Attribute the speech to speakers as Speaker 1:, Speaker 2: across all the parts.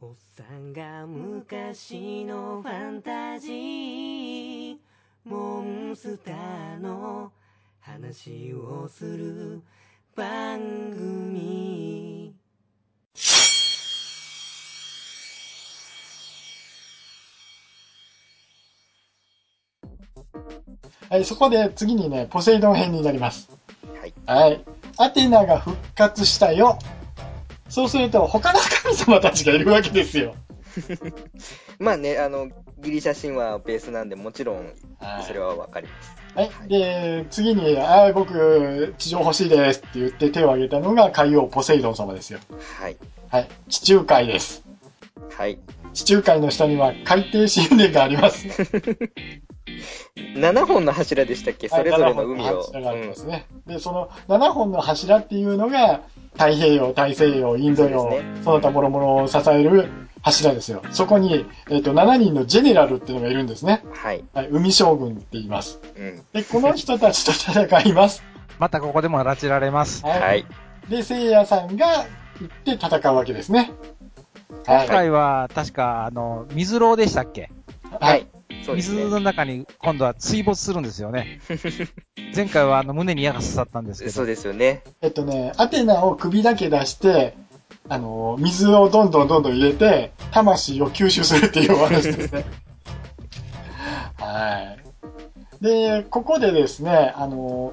Speaker 1: おっさんが昔のファンタジーモンスターの話をする番組
Speaker 2: はい、そこで次にね、ポセイドン編になります。
Speaker 3: はい。
Speaker 2: はい。アテナが復活したよ。そうすると、他の神様たちがいるわけですよ。
Speaker 3: まあね、あの、ギリシャ神話ベースなんで、もちろん、
Speaker 2: は
Speaker 3: それ
Speaker 2: い。
Speaker 3: はわかります。
Speaker 2: はい、で、次に、ああ、僕、地上欲しいですって言って手を挙げたのが海王ポセイドン様ですよ。
Speaker 3: はい。
Speaker 2: はい。地中海です。
Speaker 3: はい。
Speaker 2: 地中海の下には海底神殿があります。
Speaker 3: 7本の柱でしたっけそれぞれの海
Speaker 2: はい
Speaker 3: を。
Speaker 2: 7本の柱がありま
Speaker 3: う
Speaker 2: すね。で、その7本の柱っていうのが、太平洋、大西洋、インド
Speaker 3: そう
Speaker 2: 洋、
Speaker 3: ですね
Speaker 2: その他諸々を支える柱ですよ。そこに、えっ、と、7人のジェネラルっていうのがいるんですね。
Speaker 3: ん。はい。
Speaker 2: はい、海将軍って言います。
Speaker 3: うん。
Speaker 2: で、この人たちと戦います。
Speaker 4: またここでも拉致られま す。
Speaker 3: はい。
Speaker 2: で、聖夜さんが行って戦うわけですね。は
Speaker 4: 今
Speaker 2: い。
Speaker 4: 回は、確か、あの、水牢でしたっけ
Speaker 3: は
Speaker 2: はいい。
Speaker 3: そうです
Speaker 4: 水
Speaker 3: ね。
Speaker 4: の中に今度は水没するんです よね。前回はあの胸に矢が刺さったんですけ
Speaker 3: そう
Speaker 4: ど。
Speaker 3: ですよね。
Speaker 2: えっとね、アテナを首だけ出して、あの、水をどんどんどんどん入れて、魂を吸収するっていうお話ですね。はい。で、ここでですね、あの、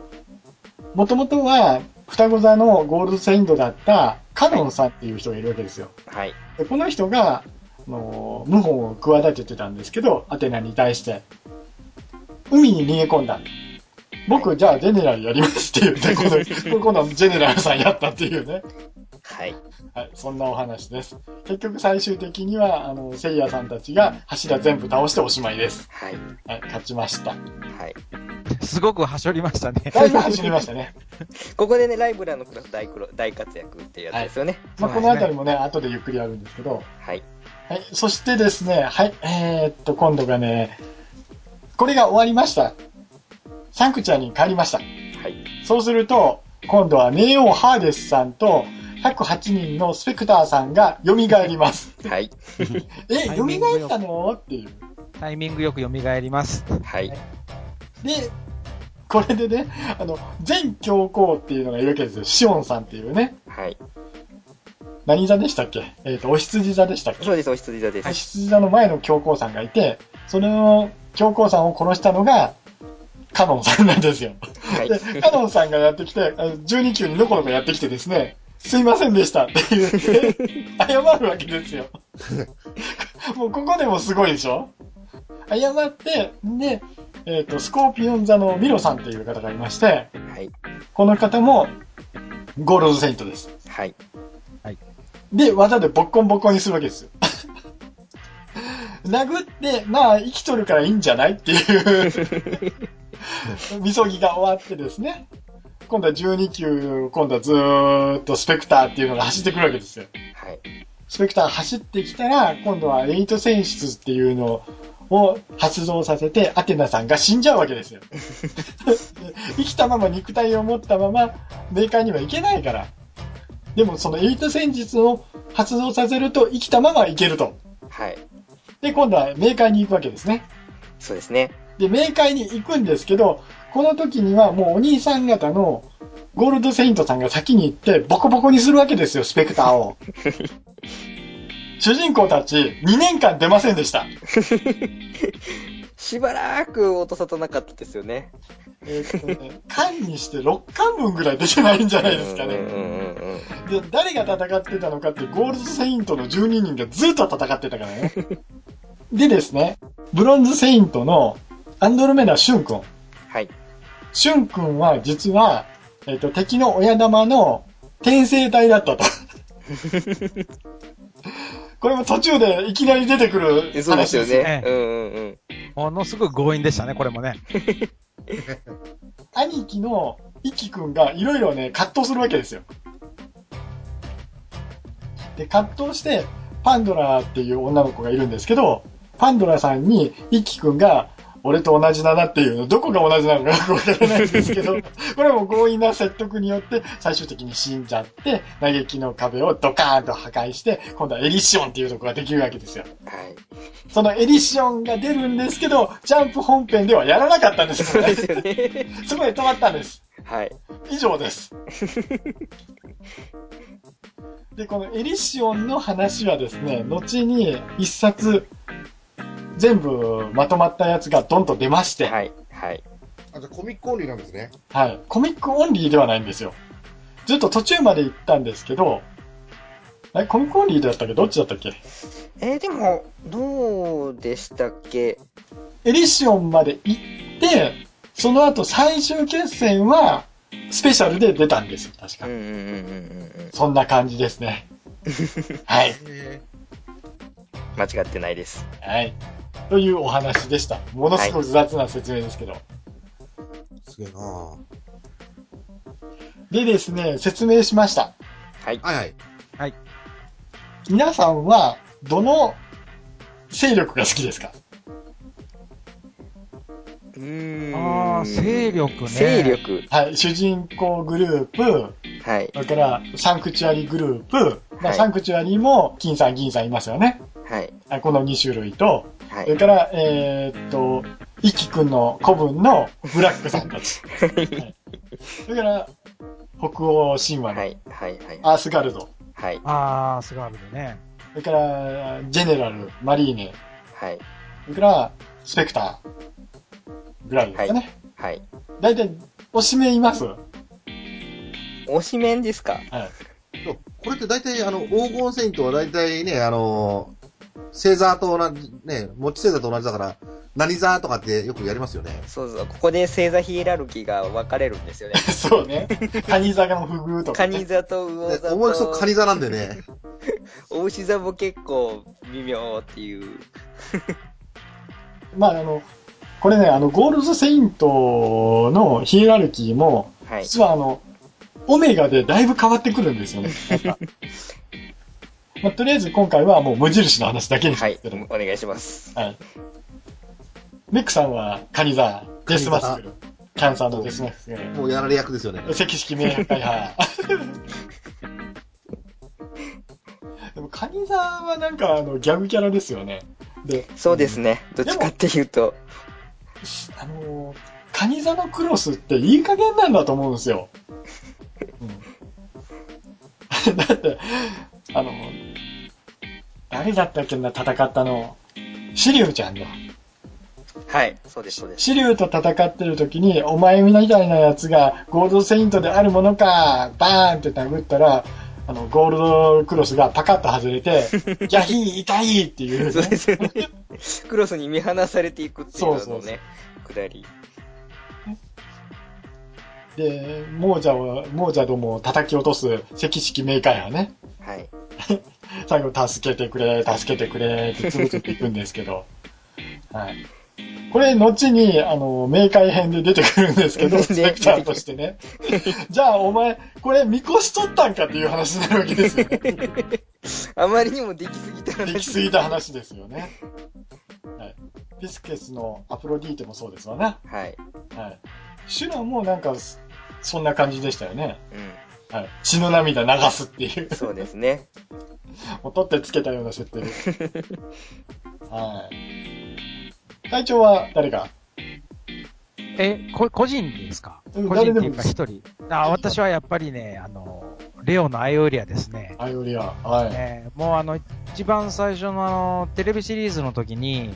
Speaker 2: もともとは、双子座のゴールドセイントだったカノンさんっていう人がいるわけですよ。
Speaker 3: はい。
Speaker 2: でこの人が、あの、謀反を企ててたんですけど、アテナに対して、海に逃げ込んだ。僕、じゃあ、ジェネラルやりますって言って、この、このジェネラルさんやったっていうね。
Speaker 3: はい。
Speaker 2: はい、そんなお話です。結局、最終的には、あの、セイヤさんたちが柱全部倒しておしまいです。
Speaker 3: はい。
Speaker 2: はい、勝ちました。
Speaker 3: はい。
Speaker 4: すごくはしょりましたね。
Speaker 2: だいぶ走りましたね。
Speaker 3: ここでね、ライブラーのクラス大黒大活躍っていうやつですよね。
Speaker 2: まあ、このあたりもね、後でゆっくりやるんですけど、
Speaker 3: はい。
Speaker 2: はい、そしてですね、はい、えーっと、今度がね、これが終わりました。サンクチャーに帰りました。
Speaker 3: はい。
Speaker 2: そうすると、今度はネオ・ハーデスさんと、108人のスペクターさんが蘇ります。
Speaker 3: はい。
Speaker 2: え、
Speaker 4: タイ
Speaker 2: 蘇
Speaker 4: ミングよ
Speaker 2: ったのっていう。
Speaker 4: タイミングよく蘇ります。
Speaker 3: はい。
Speaker 2: で、これでね、あの、全教皇っていうのがいるわけですよ。シオンさんっていうね。
Speaker 3: はい。
Speaker 2: 何座でしたっけえっ、と、お羊座でしたっけ
Speaker 3: そうです、お羊座で
Speaker 2: お
Speaker 3: す。
Speaker 2: 羊座の前の教皇さんがいて、それの教皇さんを殺したのが、カノンさんなんですよ。
Speaker 3: はい。
Speaker 2: で、カノンさんがやってきて、あの12級にノコノコやってきてですね、すいませんでしたって言って、謝るわけです よ。もうここでもすごいでしょ謝って、で、えっ、と、スコーピオン座のミロさんっていう方がいまして、
Speaker 3: はい。
Speaker 2: この方もゴールドセイントです。
Speaker 3: はい。
Speaker 2: で、技でボッコンボッコンにするわけですよ。 殴って、まあ、生きとるからいいんじゃないっていう、みそぎが終わってですね、今度は12球、今度はずーっとスペクターっていうのが走ってくるわけですよ。
Speaker 3: はい。
Speaker 2: スペクター走ってきたら、今度はエイト選出っていうのを発動させて、アテナさんが死んじゃうわけですよ。で生きたまま肉体を持ったまま、メーカーには行けないから。でもそのエイト戦術を発動させると生きたまま行けると。
Speaker 3: はい。
Speaker 2: で、今度はメーカーに行くわけですね。
Speaker 3: そうですね。
Speaker 2: で、冥界に行くんですけど、この時にはもうお兄さん方のゴールドセイントさんが先に行ってボコボコにするわけですよ、スペクター を。主人公たち2年間出ませんでした。
Speaker 3: しばらく落とさとなかったですよね。
Speaker 2: えーっとね、巻にして6巻分ぐらい出てないんじゃないですか
Speaker 3: うん
Speaker 2: ね。
Speaker 3: うんうんうん。
Speaker 2: で、誰が戦ってたのかって、ゴールドセイントの12人がずっと戦ってたから ね。でですね、ブロンズセイントのアンドロメダシュン君。
Speaker 3: はい。
Speaker 2: シュン君は実は、えっ、と、敵の親玉の転生体だったと。これも途中でいきなり出てくる
Speaker 3: そうです
Speaker 2: 話
Speaker 3: よ
Speaker 2: ですよ。
Speaker 3: ね。うんうんうん。
Speaker 4: ものすごい強引でしたね、これもね。
Speaker 2: 兄貴のイキ君がいろいろね、葛藤するわけですよ。で、葛藤して、パンドラっていう女の子がいるんですけど、パンドラさんにイキ君が、俺と同じだなっていうの、どこが同じなのかよくわからないんですけ ど、これも強引な説得によって、最終的に死んじゃって、嘆きの壁をドカーンと破壊して、今度はエリシオンっていうとこができるわけですよ。
Speaker 3: はい。
Speaker 2: そのエリシオンが出るんですけど、ジャンプ本編ではやらなかったんです
Speaker 3: そう
Speaker 2: よね。
Speaker 3: ですよね。
Speaker 2: そこで止まったんです。
Speaker 3: はい。
Speaker 2: 以上です。で、このエリシオンの話はですね、後に一冊、全部まとまったやつがドンと出まして、
Speaker 3: はい。はい。
Speaker 5: あ、じゃあコミックオンリーなんですね。
Speaker 2: はい。コミックオンリーではないんですよ。ずっと途中まで行ったんですけど、え、コミックオンリーだったっけどっちだったっけ
Speaker 3: えーでも、どうでしたっけ
Speaker 2: エリシオンまで行って、その後最終決戦は、スペシャルで出たんですよ、確
Speaker 3: う
Speaker 2: か
Speaker 3: ん。うんうんうんうん
Speaker 2: そんな感じです ね。はい。
Speaker 5: え
Speaker 3: うん。間違ってないです。
Speaker 2: はい。というお話でした。ものすごく雑な説明ですけど。
Speaker 5: ー、すげえなぁ。
Speaker 2: でですね、説明しました。
Speaker 3: はい。
Speaker 5: はいはい。
Speaker 2: 皆さんは、どの勢力が好きですか
Speaker 3: うーん。
Speaker 4: ああ、勢力ね。
Speaker 3: 勢。力。
Speaker 2: はい。主人公グループ、
Speaker 3: はい。
Speaker 2: だから、サンクチュアリグループ、まあ、
Speaker 3: はい
Speaker 2: サンクチュアリも、金さん、銀さんいますよね。
Speaker 3: はい。
Speaker 2: あこの2種類と、
Speaker 3: は
Speaker 2: そ
Speaker 3: い
Speaker 2: れ。から、えーっと、イキ君の子分のブラックさんた ち。はいそれから、北欧神話
Speaker 3: は
Speaker 2: の
Speaker 3: い。はい。はい。
Speaker 2: アースガルド。
Speaker 3: はい。
Speaker 4: ああ、すごいあるでね。
Speaker 2: それから、ジェネラル、マリーネ、
Speaker 3: はい。
Speaker 2: それから、スペクターぐらいですかね。
Speaker 3: はい。
Speaker 2: 大体、おしめいますは
Speaker 3: 推しメンですか
Speaker 5: そうこれって大体、あの、黄金セイントは大体ね、あの、星座と同じ、ね、持ち星座と同じだから、何座とかってよくやりますよね。
Speaker 3: そうそう。ここで星座ヒエラルキーが分かれるん ですよね。
Speaker 2: い。 そうね。カニザガの不遇と
Speaker 3: カ
Speaker 2: か、
Speaker 3: ニ
Speaker 2: ね。
Speaker 3: 座と魚
Speaker 5: で
Speaker 3: 座
Speaker 5: 思いそカ
Speaker 3: と、
Speaker 5: ニ座なんでね。
Speaker 3: お牛座も結構微妙っていう。
Speaker 2: まあ、あの、これね、あの、ゴールドセイントのヒエラルキーも、
Speaker 3: はい。
Speaker 2: 実はあの、オメガでだいぶ変わってくるんです よね。やっぱまあ、とりあえず今回はもう無印の話だけにし
Speaker 3: は
Speaker 2: ます
Speaker 3: い
Speaker 2: けど。。
Speaker 3: お願いします。
Speaker 2: はい。メックさんはカニザ、デスマスク、キャンサーのデスマスク。
Speaker 5: もうやられ役ですよね。
Speaker 2: 赤色明白会派。でも、カニザはなんかあのギャグキャラですよね。で、
Speaker 3: そうですね。どっちかっていうと。
Speaker 2: あのーカニザのクロスっていい加減なんだと思うんですよ。うん だって、あの、誰だったっけな、戦ったの。シリュウちゃんの。
Speaker 3: はい。そうです、そうです。
Speaker 2: シリュウと戦ってる時に、お前みたいなやつがゴールドセイントであるものか、バーンって殴ったら、あの、ゴールドクロスがパカッと外れて、 ギャヒー痛いっていう、
Speaker 3: そうですよね。クロスに見放されていくっていう
Speaker 2: そう
Speaker 3: あ
Speaker 2: そ
Speaker 3: の
Speaker 2: うそう
Speaker 3: ね、くだり。
Speaker 2: で、亡者を、亡者どもを叩き落とす赤色明快派ね。
Speaker 3: はい。
Speaker 2: 最後、助けてくれ、助けてくれって潰れていくんですけど。はい。これ、後に、あの、明快編 で出てくるんですけど、
Speaker 3: ね
Speaker 2: スペクターとしてね。じゃあ、お前、これ、見越しとったんかっていう話になるわけですよね。
Speaker 3: あまりにもできすぎた
Speaker 2: 出来
Speaker 3: 話。
Speaker 2: すぎた話ですよね。はい。ピスケスのアプロディーテもそうですわね。
Speaker 3: はい。
Speaker 2: はい。シュラもなんか、そそんな感じでしたよね。
Speaker 3: う
Speaker 2: はい。血の涙流すっていう。
Speaker 3: ん。そうですね。
Speaker 2: もう取ってつけたような設定です。はい。隊長は誰か
Speaker 4: え、こ、個人ですか個
Speaker 2: うん
Speaker 4: 人ってい
Speaker 2: 誰
Speaker 4: う
Speaker 2: でもいい
Speaker 4: か
Speaker 2: です
Speaker 4: 一人。あー私はやっぱりね、あの、レオのアイオリアですね。
Speaker 2: アイオリア。はい。
Speaker 4: えーもうあの、一番最初のあの、テレビシリーズの時に、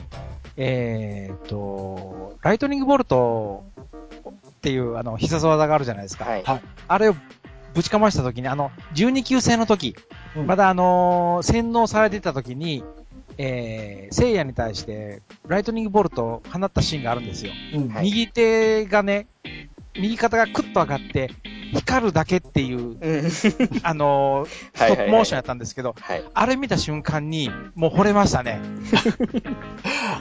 Speaker 4: えーっと、ライトニングボルトっていうあの、必殺技があるじゃないですか。
Speaker 3: はい。
Speaker 2: は
Speaker 4: あれをぶちかました時に、あの、12級制の時、
Speaker 2: うん
Speaker 4: まだあのー洗脳されてた時に、えー、聖夜に対して、ライトニングボルトを放ったシーンがあるんですよ。
Speaker 2: うん。
Speaker 3: はい
Speaker 4: 右手がね、右肩がクッと上がって、光るだけっていう、
Speaker 3: うん。
Speaker 4: あ
Speaker 3: はい
Speaker 4: のース
Speaker 3: はいはい
Speaker 4: トップモーションやったんですけど、
Speaker 3: はい。
Speaker 4: あれ見た瞬間に、もう惚れましたね。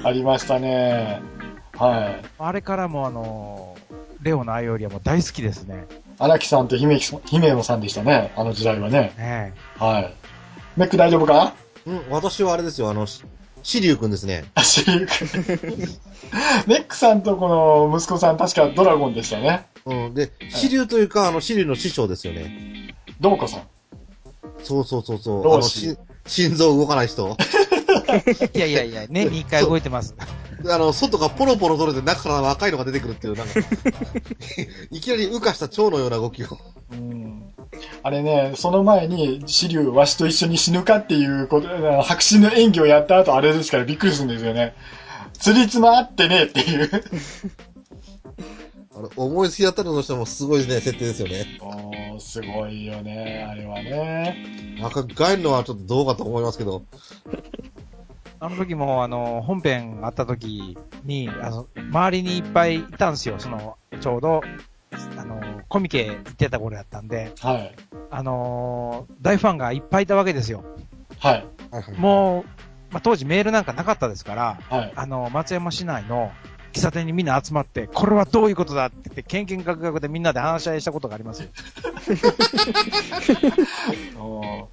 Speaker 2: ありましたね。はい。
Speaker 4: あれからもうあのーレオのアイオリアも大好きですね。
Speaker 2: 荒木さんと姫木さん姫野さんでしたね。あの時代はね。
Speaker 4: ね
Speaker 2: はい。メック大丈夫か
Speaker 5: うん、私はあれですよ、あの、しシリュウくんですね。
Speaker 2: あ、シリウ君。ネックさんとこの息子さん、確かドラゴンでしたね。
Speaker 5: うん。で、シリュウというか、あの、シリュウの師匠ですよね。
Speaker 2: どうこさん。
Speaker 5: そうそうそうそう。あ
Speaker 2: 老
Speaker 5: の、
Speaker 2: 子
Speaker 5: し心臓動かない人。
Speaker 4: いやいやいや、年に1回動いてます。
Speaker 5: あの、外がポロポロ取れて中から若いのが出てくるっていう、なん か、いきなり羽化した蝶のような動きを。
Speaker 2: うんあれね、その前に、シリウ、わしと一緒に死ぬかっていうこと、あの白紙の演技をやった後、あれですからびっくりするんですよね。釣りつまってねっていう。
Speaker 5: あの、思いつき当たるの人もすごいね、設定ですよね。
Speaker 2: おー、すごいよね、あれはね。
Speaker 5: 赤く帰るのはちょっとどうかと思いますけど。
Speaker 4: あの時も、あの、本編あった時に、あの、周りにいっぱいいたんですよ。その、ちょうど、あの、コミケ行ってた頃やったんで、
Speaker 2: はい。
Speaker 4: あのー大ファンがいっぱいいたわけですよ。
Speaker 2: はい。
Speaker 5: はいはい
Speaker 4: もう、まあ、当時メールなんかなかったですから、
Speaker 2: はい。
Speaker 4: あの、松山市内の喫茶店にみんな集まって、これはどういうことだって言って、ケンケンガクガクでみんなで話し合いしたことがありますよ。
Speaker 2: おーね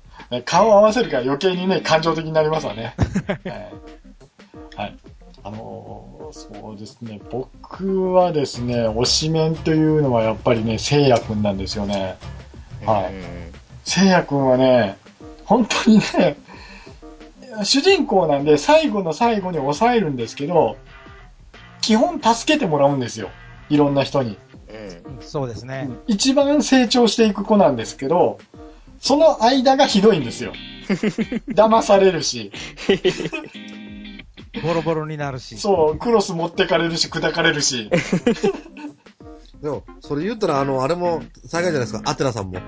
Speaker 2: 顔を合わせるから余計にね、感情的になりますわね。はい。はい。あのーそうですね、僕はですね、推しメンというのはやっぱりね、聖夜君なんですよね。はい
Speaker 3: うん
Speaker 2: 聖夜君はね、本当にね、主人公なんで最後の最後に抑えるんですけど、基本助けてもらうんですよ。いろんな人に。
Speaker 3: うん。
Speaker 4: そうですね。
Speaker 2: 一番成長していく子なんですけど、その間がひどいん ですよ。騙されるし、
Speaker 4: ボロボロになるし。
Speaker 2: そう、クロス持ってかれるし、砕かれるし。
Speaker 5: でも、それ言ったら、あの、あれも、災害じゃないですか、アテナさんも。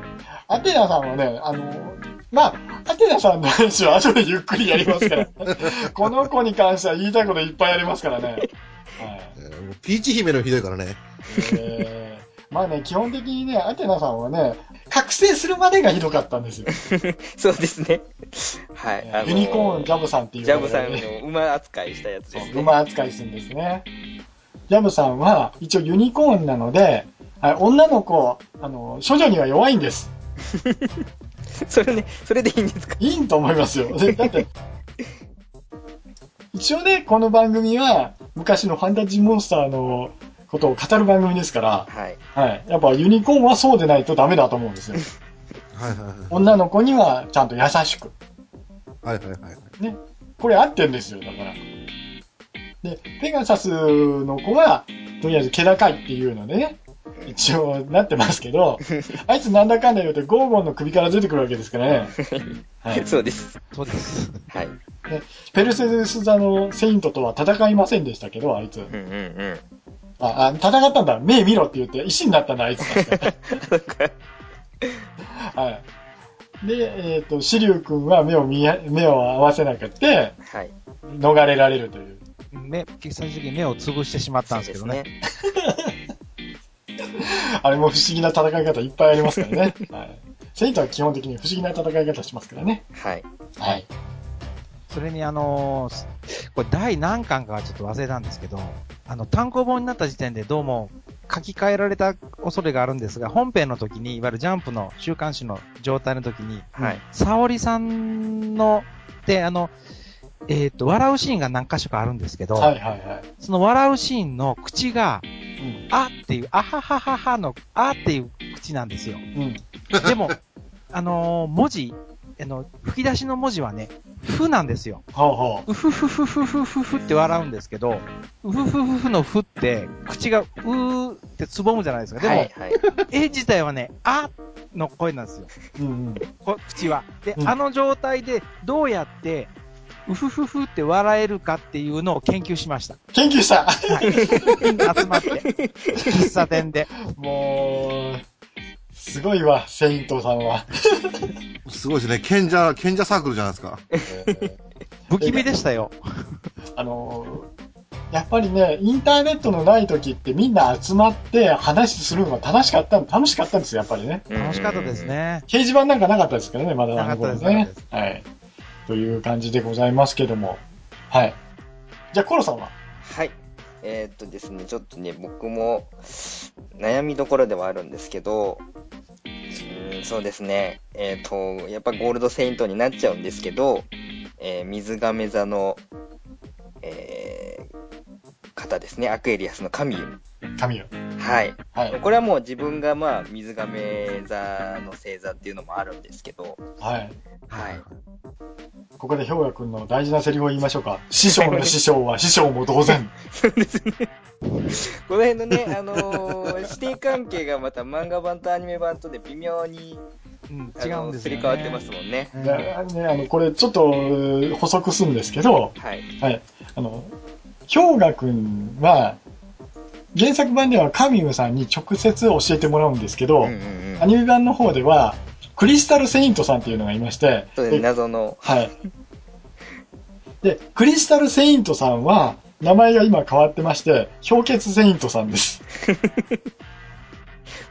Speaker 2: アテナさんはね、あの、まあ、アテナさんの話は後でゆっくりやりますから。 この子に関しては言いたいこといっぱいありますからね。はい
Speaker 5: えーもうピーチ姫のひどいからね。
Speaker 2: えーまあね、基本的にね、アテナさんはね、覚醒するまでがひどかったんですよ。
Speaker 3: そうですね。はい。あの
Speaker 2: ユニコーンジャブさんっていう、
Speaker 3: ジャブさん
Speaker 2: ね。
Speaker 3: の馬扱いしたやつで
Speaker 2: そう
Speaker 3: すね。
Speaker 2: 馬扱いするんですね。ジャブさんは、一応ユニコーンなので、はい女の子、あの、処女には弱いんです。
Speaker 3: それね、それでいいんですか
Speaker 2: いいと思いますよ。 でだって、一応ね、この番組は、昔のファンタジーモンスターのことを語る番組ですから、
Speaker 3: はい。
Speaker 2: はい。やっぱユニコーンはそうでないとダメだと思うんですよ。
Speaker 5: はいは
Speaker 2: 女の子にはちゃんと優しく。
Speaker 5: いはい。はいはいはい。
Speaker 2: これ合ってんですよ、だから。で、ペガサスの子は、とりあえず気高いっていうのでね、一応なってますけど、あいつなんだかんだ言うとゴーゴンの首から出てくるわけですからね。はい。
Speaker 3: そうです。
Speaker 4: そうです。
Speaker 3: はい。うん
Speaker 2: ペルセウス座のセイントとは戦いませんでしたけど、あいつ。
Speaker 3: うん うん。
Speaker 2: あ、あ戦ったんだ。目見ろって言って、石になったんだ、あいつ。はい。で、えっ、と、シリュウ君は目を見や、目を合わせなくて、
Speaker 3: はい。
Speaker 2: 逃れられるという。
Speaker 4: 目、最終的に目を潰してしまったんですけどね。
Speaker 3: ね。
Speaker 2: あれも不思議な戦い方いっぱいありますから ね。はい、セイントは基本的に不思議な戦い方しますからね。
Speaker 3: はい。
Speaker 2: はい。
Speaker 4: それにあのーこれ第何巻かはちょっと忘れたんですけど、あの、単行本になった時点でどうも書き換えられた恐れがあるんですが、本編の時に、いわゆるジャンプの週刊誌の状態の時に、
Speaker 3: はい。
Speaker 4: 沙織さんの、で、あの、えっ、と、笑うシーンが何箇所かあるんですけど、
Speaker 2: はいはいはい。
Speaker 4: その笑うシーンの口が、
Speaker 2: うん。
Speaker 4: あっていう、あははははの、あっていう口なんですよ。
Speaker 2: うん。
Speaker 4: でも、あのー文字、あの、吹き出しの文字はね、ふなんですよ。
Speaker 2: ほうほ
Speaker 4: うふふふふふふふって笑うんですけど、うふふふふのふって、口がうーってつぼむじゃないですか。でも、
Speaker 3: はい。はい。
Speaker 4: 絵自体はね、あの声なんですよ。
Speaker 2: う。うんうん。
Speaker 4: こ口は。で、
Speaker 2: うん
Speaker 4: あの状態でどうやって、うふふふって笑えるかっていうのを研究しました。
Speaker 2: 研究した
Speaker 4: みんな集まって、喫茶店で。
Speaker 2: もう、すごいわ、セイントさんは。
Speaker 5: すごいですね。賢者、賢者サークルじゃないですか。
Speaker 4: 不気味でしたよ。
Speaker 2: あのーやっぱりね、インターネットのない時ってみんな集まって話するのが楽しかった、楽しかったんですよ、やっぱりね。
Speaker 4: 楽しかったです。ね。
Speaker 2: 掲示板なんかなかったですからね、まだあの頃
Speaker 4: なか
Speaker 2: ね
Speaker 4: ったで。
Speaker 2: はい。という感じでございますけども。はい。じゃあ、コロさんは
Speaker 3: はい。えーっとですね、ちょっとね、僕も悩みどころではあるんですけど、うん、そうですね、えーっと、やっぱゴールドセイントになっちゃうんですけど、えー水亀座の方ですね、アクエリアスの神よ。
Speaker 2: 神よ。
Speaker 3: はい。
Speaker 2: はい。
Speaker 3: これはもう自分がまあ、水亀座の星座っていうのもあるんですけど、
Speaker 2: はい。
Speaker 3: はい。
Speaker 2: ここで氷河くんの大事なセリフを言いましょうか。 師匠の師匠 は師匠も同然。
Speaker 3: この辺のね、あの ー、指定関係がまた漫画版とアニメ版とで微妙に、
Speaker 4: うん、
Speaker 3: あ
Speaker 4: 違うん
Speaker 3: の
Speaker 4: です
Speaker 3: す
Speaker 4: よ、
Speaker 3: り
Speaker 4: ね。
Speaker 3: 替わってますもんね。
Speaker 4: うん。
Speaker 2: ねあのね、あの、これちょっと補足するんですけど、
Speaker 3: はい。
Speaker 2: はい。あの、氷河くんは、原作版ではカミューさんに直接教えてもらうんですけど、
Speaker 3: うんうんうん
Speaker 2: アニメ版の方では、クリスタルセイントさんっていうのがいまして、
Speaker 3: そうですね
Speaker 2: で
Speaker 3: 謎の、
Speaker 2: はい。で、クリスタルセイントさんは、名前が今変わってまして、氷結セイントさんです。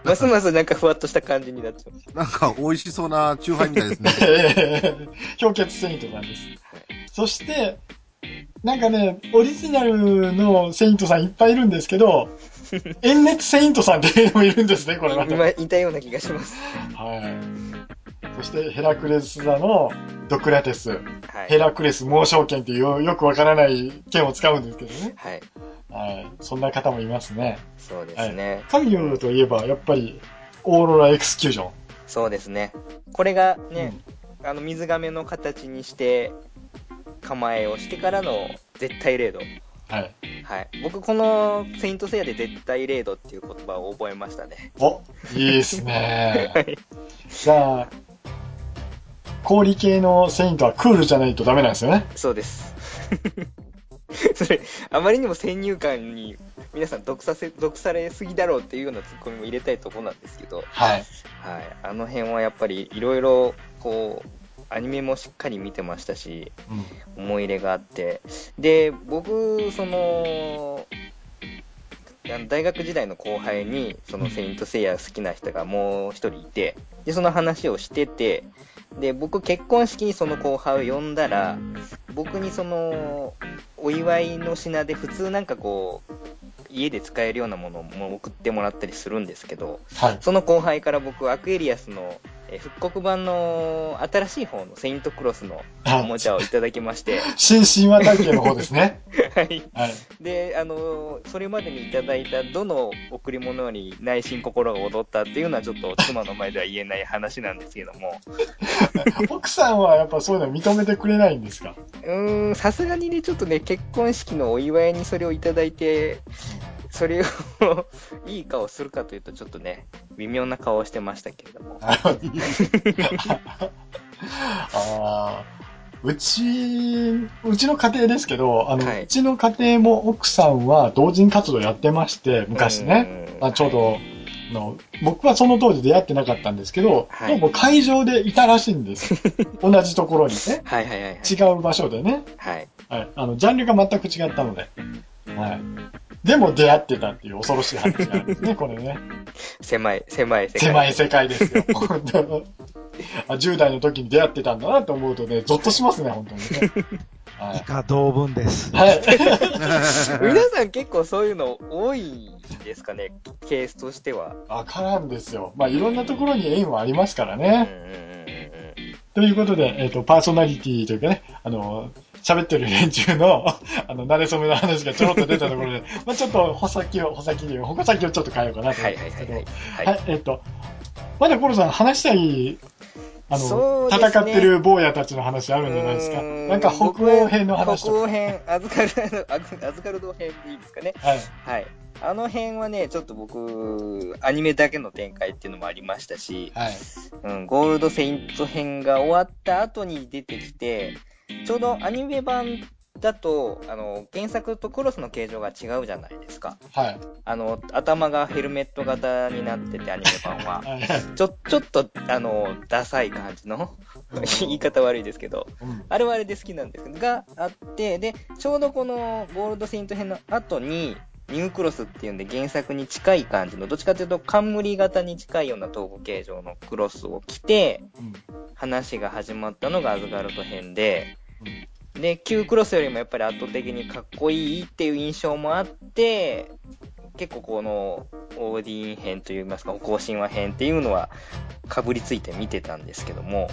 Speaker 3: ますますなんかふわっとした感じになっちゃう。
Speaker 5: なんか美味しそうなチューハイみたい ですね。
Speaker 2: 氷結セイントさんです。そして、なんかね、オリジナルのセイントさんいっぱいいるんですけ ど、炎熱セイントさんっていうのもいるんですね、これまた。
Speaker 3: 今、いたような気がします。
Speaker 2: はい。そして、ヘラクレス座のドクラテス。
Speaker 3: は
Speaker 2: ヘ
Speaker 3: い。
Speaker 2: ラクレス猛将剣っていうよくわからない剣を使うんですけどね。
Speaker 3: はい。
Speaker 2: はい。そんな方もいますね。
Speaker 3: そうですね。
Speaker 2: 神夜といえば、やっぱり、オーロラエクスキュージョン。
Speaker 3: そうですね。これがね、あの、水亀の形にして、構えをしてからの絶対零度。
Speaker 2: はい。
Speaker 3: はい。僕、この、セイントセイヤで絶対零度っていう言葉を覚えましたね。
Speaker 2: お、いいですね
Speaker 3: は。い。
Speaker 2: じゃあ、氷系のセイントはクールじゃないとダメなんですよね。
Speaker 3: そうです。 それ、あまりにも先入観に、皆さん毒させ、毒されすぎだろうっていうようなツッコミも入れたいとこなんですけど、
Speaker 2: はい。
Speaker 3: はい、あの辺はやっぱりいろいろこうアニメもしっかり見てましたし
Speaker 2: うん。
Speaker 3: 思い入れがあってで僕そのあの大学時代の後輩に「そのセイント・セイヤ」好きな人がもう一人いてでその話をしててで僕結婚式にその後輩を呼んだら僕にそのお祝いの品で普通なんかこう家で使えるようなものも送ってもらったりするんですけど、
Speaker 2: はい。
Speaker 3: その後輩から僕、アクエリアスの、えー復刻版の新しい方のセイントクロスのおもちゃをいただきまして、
Speaker 2: 新神話体系の方ですね。
Speaker 3: はい。
Speaker 2: はい。
Speaker 3: で、あのーそれまでにいただいたどの贈り物より内心心が踊ったっていうのはちょっと妻の前では言えない話なんですけども、
Speaker 2: 奥さんはやっぱそういうの認めてくれないんですか
Speaker 3: うーん、さすがにね、ちょっとね、結婚式のお祝いにそれをいただいて、それをいい顔するかというとちょっとね、微妙な顔をしてましたけれども。
Speaker 2: あーうち、うちの家庭ですけど、あの、
Speaker 3: はいう
Speaker 2: ちの家庭も奥さんは同人活動やってまして、昔ね。
Speaker 3: うん
Speaker 2: まあ、ちょうど、あの僕はその当時出会ってなかったんですけど、
Speaker 3: はい
Speaker 2: どうも会場でいたらしいん です。同じところにね。
Speaker 3: はいはいはいはい。
Speaker 2: 違う場所でね。
Speaker 3: はい。
Speaker 2: はい。あの、ジャンルが全く違ったので。はい。でも出会ってたっていう恐ろしい話があるんです ね、これね。
Speaker 3: 狭い、狭い世界。
Speaker 2: 狭い世界です よ。本当あ10代の時に出会ってたんだなと思うとね、ゾッとしますね、本当にね。 は
Speaker 4: 以
Speaker 2: い。
Speaker 4: 下同文です。
Speaker 2: はい。
Speaker 3: 皆さん結構そういうの多いですかね、ケースとしては。
Speaker 2: わからんですよ。まあ、いろんなところに縁はありますから
Speaker 3: うんう
Speaker 2: ね。
Speaker 3: んうんうん
Speaker 2: ということで、えっ、と、パーソナリティというかね、あの、喋ってる連中の、 あの、慣れ初めの話がちょろっと出たとこ ろで、まあ、ちょっと、穂先を、穂先で、穂先をちょっと変えようかなと
Speaker 3: は
Speaker 2: 思うん
Speaker 3: い
Speaker 2: ですけ
Speaker 3: はいはい
Speaker 2: ど。
Speaker 3: はい。
Speaker 2: はい、えっ、と、まだコロさん話したい、あ
Speaker 3: そ
Speaker 2: の、
Speaker 3: うですね
Speaker 2: 戦ってる坊やたちの話あるんじゃないですか。
Speaker 3: うー
Speaker 2: なんか北欧編の話
Speaker 3: 北
Speaker 2: と
Speaker 3: 欧
Speaker 2: か。
Speaker 3: 編、アズカル、アズアズカルド編でいいですかね。
Speaker 2: はい。
Speaker 3: はい。あの辺はね、ちょっと僕、アニメだけの展開っていうのもありましたし、
Speaker 2: はい。
Speaker 3: うん、ゴールドセイント編が終わった後に出てきて、ちょうどアニメ版だと、あの、原作とクロスの形状が違うじゃないですか。
Speaker 2: はい。
Speaker 3: あの、頭がヘルメット型になってて、アニメ版は。
Speaker 2: はい。
Speaker 3: ちょ、ちょっと、あの、ダサい感じの、言い方悪いですけど、
Speaker 2: うん
Speaker 3: あれはあれで好きなんですけど、があって、で、ちょうどこのゴールドセイント編の後に、ニュークロスっていうんで原作に近い感じの、どっちかというと冠型に近いような東部形状のクロスを着て、
Speaker 2: うん
Speaker 3: 話が始まったのがアズガルト編で、で、旧クロスよりもやっぱり圧倒的にかっこいいっていう印象もあって、結構このオーディン編といいますか、更新話編っていうのはかぶりついて見てたんですけども、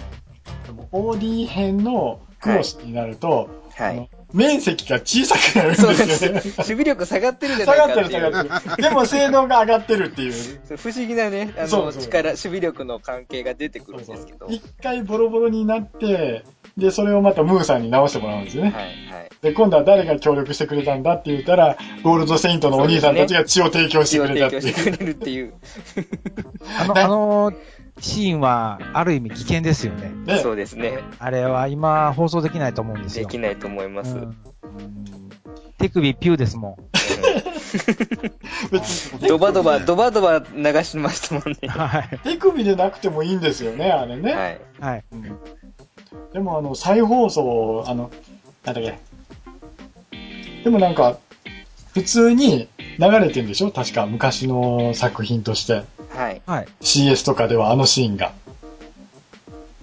Speaker 2: でも OD 編のクロスになると、
Speaker 3: は
Speaker 2: あ
Speaker 3: い
Speaker 2: の。面積が小さくなるん
Speaker 3: そうなん
Speaker 2: で
Speaker 3: ですす
Speaker 2: よ
Speaker 3: よ。
Speaker 2: ね。
Speaker 3: 守備力下がってるんじゃ
Speaker 2: 下
Speaker 3: ない
Speaker 2: が
Speaker 3: か
Speaker 2: ってる
Speaker 3: ってい
Speaker 2: 下
Speaker 3: う。
Speaker 2: がってる。でも性能が上がってるっていう。
Speaker 3: そう不思議なね、あ
Speaker 2: そう
Speaker 3: の、
Speaker 2: そう
Speaker 3: 力、守備力の関係が出てくるんですけど。はい
Speaker 2: 一回ボロボロになって、で、それをまたムーさんに直してもらうんですよね。
Speaker 3: はい。
Speaker 2: で、今度は誰が協力してくれたんだって言ったら、ゴールドセイントのお兄さんたちが血を提供して
Speaker 3: 血を
Speaker 2: くれた
Speaker 3: 提
Speaker 2: ってい
Speaker 3: 供し
Speaker 2: う。
Speaker 3: てくれるっていう。
Speaker 4: あの、
Speaker 2: ね
Speaker 4: あのシーンは、ある意味危険ですよね。
Speaker 2: ね
Speaker 3: そうですね。
Speaker 4: あれは今、放送できないと思うんです
Speaker 3: で
Speaker 4: よ。
Speaker 3: きないと思います。
Speaker 4: うん手首ピューですも
Speaker 2: 別に
Speaker 3: ドバドバ、ドバドバ流しましたもんね。
Speaker 4: ん。はい。
Speaker 2: 手首でなくてもいいんですよね、あれね。
Speaker 3: はい。
Speaker 4: はい。
Speaker 2: うんでもあの、再放送、あの、なんだっけ。でもなんか、普通に流れてるんでしょ確か昔の作品として。
Speaker 3: はい。
Speaker 4: はい。
Speaker 2: CS とかではあのシーンが。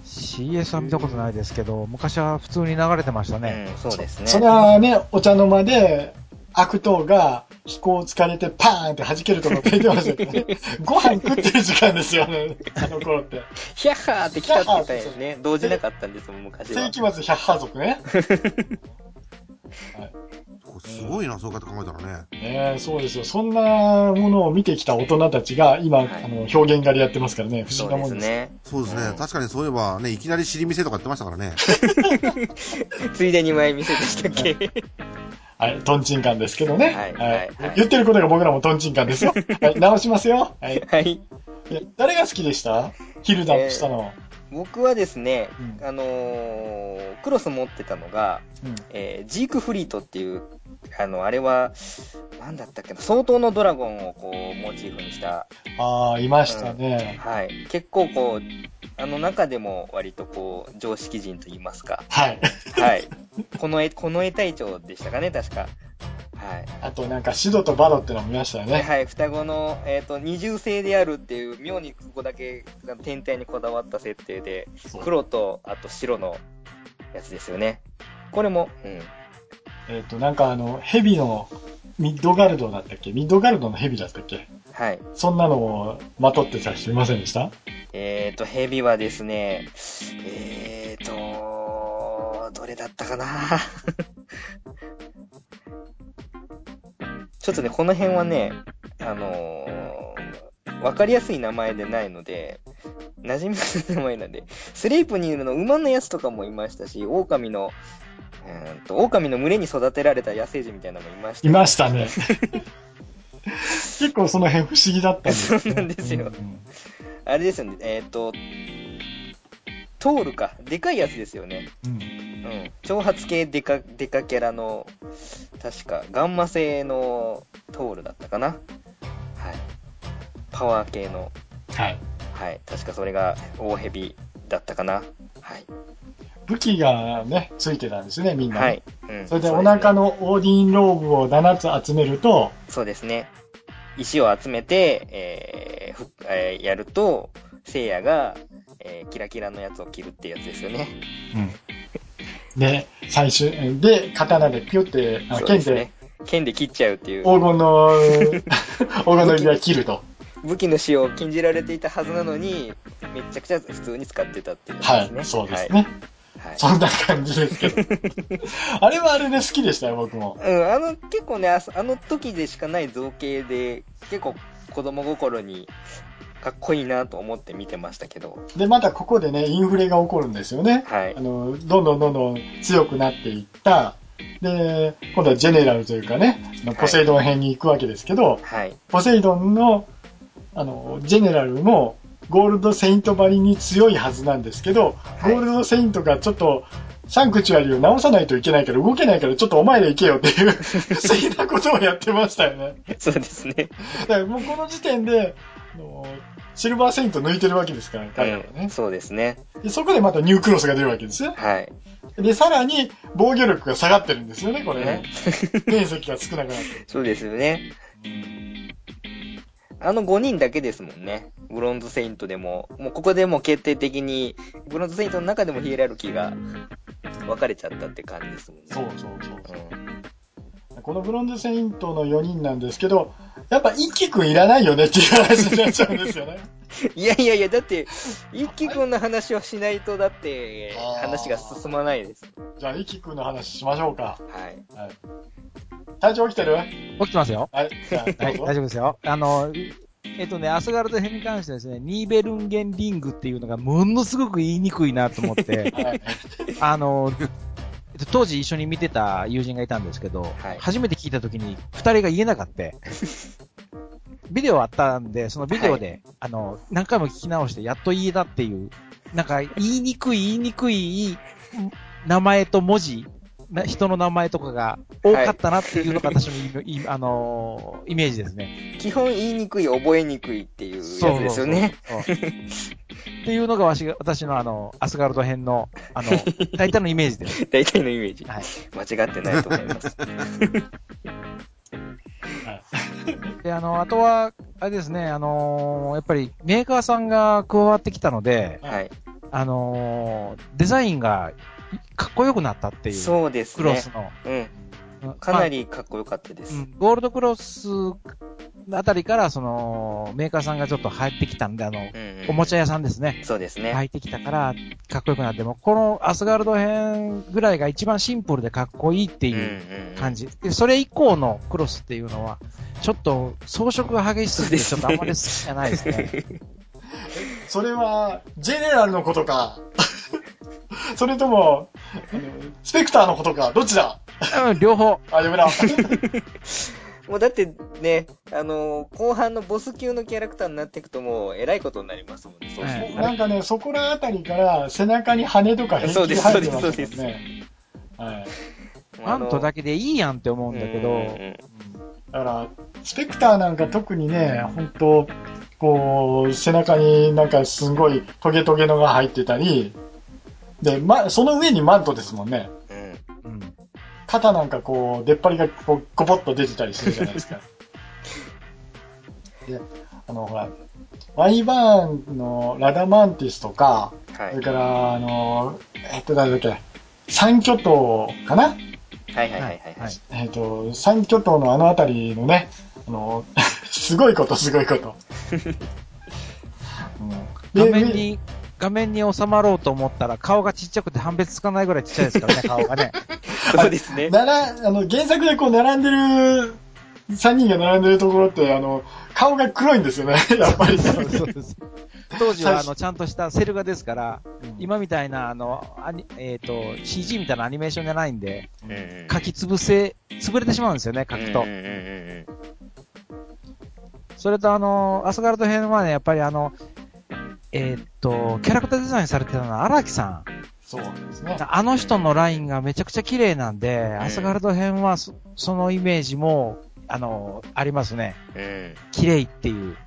Speaker 4: CS は見たことないですけど、昔は普通に流れてましたね。
Speaker 3: うん、そうですね。
Speaker 2: それはね、お茶の間で、悪党が飛行を疲れてパーンって弾けるとこ出てましたけどね。 ご飯食ってる時間ですよね、あの頃って。
Speaker 3: ヒャッハーって来たって言ったんですね。動じなかったんですもん、昔は
Speaker 2: 世。紀末百波族ね。
Speaker 5: これすごいな、そうやって考えたらね。
Speaker 2: ねえそうですよ。そんなものを見てきた大人たちが今、
Speaker 3: はい
Speaker 2: あの表現狩りやってますからね、不
Speaker 3: そ
Speaker 2: 思議
Speaker 3: う
Speaker 2: な
Speaker 3: で
Speaker 2: もん
Speaker 3: す
Speaker 2: です。
Speaker 3: ね。
Speaker 5: そうです
Speaker 3: う
Speaker 5: ね
Speaker 3: ん。
Speaker 5: 確かにそういえば、ね、いきなり尻店とかやってましたからね。
Speaker 3: ついでに前店でしたっけ
Speaker 2: はい、トンチンカンですけどね。
Speaker 3: はいはいはい
Speaker 2: 言ってることが僕らもトンチンカン ですよ。はい、直しますよ。はい。
Speaker 3: はい。
Speaker 2: え誰が好きでしたヒルダップしたの。
Speaker 3: 僕はですね、
Speaker 2: うん
Speaker 3: あのークロス持ってたのが、
Speaker 2: うん
Speaker 3: えージークフリートっていう、あの、あれは、なんだったっけな、相当のドラゴンをこう、モチーフにした、
Speaker 2: ああ、いましたね。
Speaker 3: はい。結構こう、あの中でも割とこう、常識人と言いますか。
Speaker 2: はい。
Speaker 3: はい。この絵、この絵隊長でしたかね、確か。はい。
Speaker 2: あとなんか、シドとバロってのも見ましたよね。
Speaker 3: はい、双子の、えー、と二重性であるっていう妙にここだけ天体にこだわった設定で
Speaker 2: そう
Speaker 3: 黒とあと白のやつですよねこれも、うん、
Speaker 2: えっ、と、なんかあの、ヘビの、ミッドガルドだったっけミッドガルドのヘビだったっけ
Speaker 3: はい
Speaker 2: そんなのをまとってた人いませんでした
Speaker 3: えっ、とヘビはですねえっ、とどれだったかな ちょっとねこの辺はねあのー、分かりやすい名前でないので馴染みやすい名前なんで、スレイプにいるの馬のやつとかもいましたし、狼の、うーんと、狼の群れに育てられた野生児みたいなのもいました。
Speaker 2: いましたね。結構その辺不思議だったんですよ
Speaker 3: そうなんですよ。あれですよね、えっ、と、トールか。でかいやつですよね。
Speaker 2: うん
Speaker 3: うん。挑発系デカ、デカキャラの、確か、ガンマ製のトールだったかな。はい。パワー系の、
Speaker 2: はい。
Speaker 3: はい。確かそれが大ヘビだったかな。はい。
Speaker 2: 武器がね、ついてたんですね、みんな。
Speaker 3: はい。うん。
Speaker 2: それでお腹のオーディンローブを7つ集めると、
Speaker 3: そうですね。石を集めて、えーふえーやると、聖夜が、えーキラキラのやつを切るってやつですよね。
Speaker 2: で、最終、で、刀でピュって、あ
Speaker 3: そう
Speaker 2: 剣
Speaker 3: です
Speaker 2: で
Speaker 3: ね。剣で切っちゃうっていう。
Speaker 2: 黄金 の、黄金の指輪切ると。
Speaker 3: 武器の使用を禁じられていたはずなのに、めちゃくちゃ普通に使ってたっていう
Speaker 2: は
Speaker 3: やつ
Speaker 2: い、
Speaker 3: ですね。
Speaker 2: そうですね。
Speaker 3: はい。はい
Speaker 2: そんな感じですけど。 あれはあれで好きでしたよ、僕も。
Speaker 3: うん、あの、結構ね、ああの時でしかない造形で、結構子供心にかっこいいなと思って見てましたけど、
Speaker 2: で、またここでね、インフレが起こるんですよね。
Speaker 3: はい
Speaker 2: あ。の、どんどんどんどん強くなっていった。で、今度はジェネラルというかね、あの
Speaker 3: はい
Speaker 2: ポセイドン編に行くわけですけど、
Speaker 3: はい。
Speaker 2: ポセイドンの、あの、ジェネラルも、ゴールドセイントばりに強いはずなんですけど、
Speaker 3: い
Speaker 2: ゴールドセイントがちょっと、サンクチュアリを直さないといけないから動けないからちょっとお前ら行けよって いう不思議なことをやってましたよね。
Speaker 3: そうですね。
Speaker 2: だからもうこの時点で、あのシルバーセイント抜いてるわけですから、彼らは
Speaker 3: う
Speaker 2: ね
Speaker 3: ん、。そうですね。
Speaker 2: でそこでまたニュークロスが出るわけですよ。
Speaker 3: はい。
Speaker 2: で、さらに防御力が下がってるんですよね、これね。
Speaker 3: うん
Speaker 2: 面積が少なくなって。
Speaker 3: そうですよね。あの5人だけですもんね。ブロンズセイントでも。もうここでもう決定的に、ブロンズセイントの中でもヒエラルキーが分かれちゃったって感じですもんね。
Speaker 2: そうそうそう
Speaker 3: う。ん。
Speaker 2: このブロンズセイントの4人なんですけど、やっぱ一輝くんいらないよねっていう話になっちゃうんですよね。
Speaker 3: いやいやいや、だって、一輝くんの話をしないと、だって、話が進まないです。
Speaker 2: じゃあ、イキ君の話しましょうか。
Speaker 3: はい。
Speaker 2: 体調起きてるは
Speaker 4: 起きてますよ。
Speaker 2: い。じゃあ
Speaker 4: は
Speaker 2: ど
Speaker 4: い、
Speaker 2: うぞ
Speaker 4: 大丈夫ですよ。あの、えっとね、アスガルド編に関してはですね、ニーベルンゲンリングっていうのがものすごく言いにくいなと思って、
Speaker 2: はい
Speaker 4: あの、 えっと当時一緒に見てた友人がいたんですけど、
Speaker 3: はい
Speaker 4: 初めて聞いた時に二人が言えなかった。 ビデオあったんで、そのビデオで、あの、何回も聞き直してやっと言えたっていう、なんか言いにくい言いにくい名前と文字、な人の名前とかが多かったなっていうのが私のイメ、い あのーイメージですね。
Speaker 3: 基本言いにくい、覚えにくいっていうやつですよね。
Speaker 4: そうそうそう。っていうのがわしが私のあの、アスガルド編の、あ の、大体のイメージです。
Speaker 3: 大体のイメージ。
Speaker 4: はい。
Speaker 3: 間違ってないと思います。
Speaker 4: で、あの、あとは、あれですね、あのーやっぱりメーカーさんが加わってきたので、
Speaker 3: はい。
Speaker 4: あのーデザインがかっこよくなったっていう。
Speaker 3: そうです
Speaker 4: クロ
Speaker 3: ね
Speaker 4: ス。の。
Speaker 3: うん。
Speaker 4: うん
Speaker 3: かなりかっこよかったで
Speaker 4: う
Speaker 3: す。
Speaker 4: ん、ゴールドクロスあたりから、その、メーカーさんがちょっと入ってきたんで、あの、
Speaker 3: うんうん
Speaker 4: おもちゃ屋さんですね。
Speaker 3: そうですね。
Speaker 4: 入ってきたから、かっこよくなっても、このアスガルド編ぐらいが一番シンプルでかっこいいって
Speaker 3: うんう
Speaker 4: いうん
Speaker 3: うん
Speaker 4: 感じ。で、それ以降のクロスっていうのは、ちょっと装飾が激しすぎて、ち
Speaker 3: そうです
Speaker 4: ょっとあんまり好きじゃないですね。
Speaker 2: それは、ジェネラルのことか。 それとも、あのスペクターのことか。どっちだ
Speaker 4: うん両方。
Speaker 2: あ、やめな。
Speaker 3: もうだってね、あのー後半のボス級のキャラクターになっていくともう、えらいことになりますもんね、そうすると
Speaker 4: はい
Speaker 2: なんかね、そこらあたりから背中に羽とか平
Speaker 3: そ
Speaker 2: 気
Speaker 3: う
Speaker 2: で
Speaker 3: で
Speaker 2: す入ってま
Speaker 3: そう
Speaker 2: す
Speaker 3: で
Speaker 2: よ
Speaker 3: すそう
Speaker 2: ね。はい。
Speaker 4: マントだ
Speaker 3: け
Speaker 4: けでいいやんって思うんだけど、
Speaker 2: だから、スペクターなんか特にね、本当こう、背中になんかすごいトゲトゲのが入ってたり、で、ま、その上にマントですもんね。
Speaker 4: うん
Speaker 2: 肩なんかこう、出っ張りがこう、ゴポッと出てたりするじゃない ですか。で、あの、ほら、ワイバーンのラダマンティスとか、
Speaker 3: は
Speaker 2: そ
Speaker 3: い
Speaker 2: れから、あの、えっと、誰だっけ、三巨頭かな
Speaker 3: はいはいはいはいは
Speaker 4: はいい。
Speaker 2: えっと、三巨頭のあのあたりのね、あの、 すごいこと、すごいこと。うん
Speaker 4: 画
Speaker 2: で
Speaker 4: 面に、画面に収まろうと思ったら、顔がちっちゃくて判別つかないぐらいちっちゃいですから ね、顔がね。
Speaker 3: そうですね。
Speaker 2: なら、あの、原作でこう並んでる、三人が並んでるところって、あの、顔が黒いんですよね、 やっぱり。
Speaker 4: そうそうそう当時は、あの、ちゃんとしたセル画ですから、今みたいな、あの、アニえっ、と、CG みたいなアニメーションじゃないんで、
Speaker 3: うんうん
Speaker 4: 書き潰せ、潰れてしまうんですよね、書くと
Speaker 3: うん。うんうんうん
Speaker 4: それと、あの、アスガルド編はね、やっぱりあの、えっ、と、キャラクターデザインされてたのは荒木さん。
Speaker 2: そうなんですね。
Speaker 4: あの人のラインがめちゃくちゃ綺麗なんで、アスガルド編はそそのイメージも、あの、ありますね。
Speaker 3: うんうん
Speaker 4: 綺麗っていう。
Speaker 3: うんうん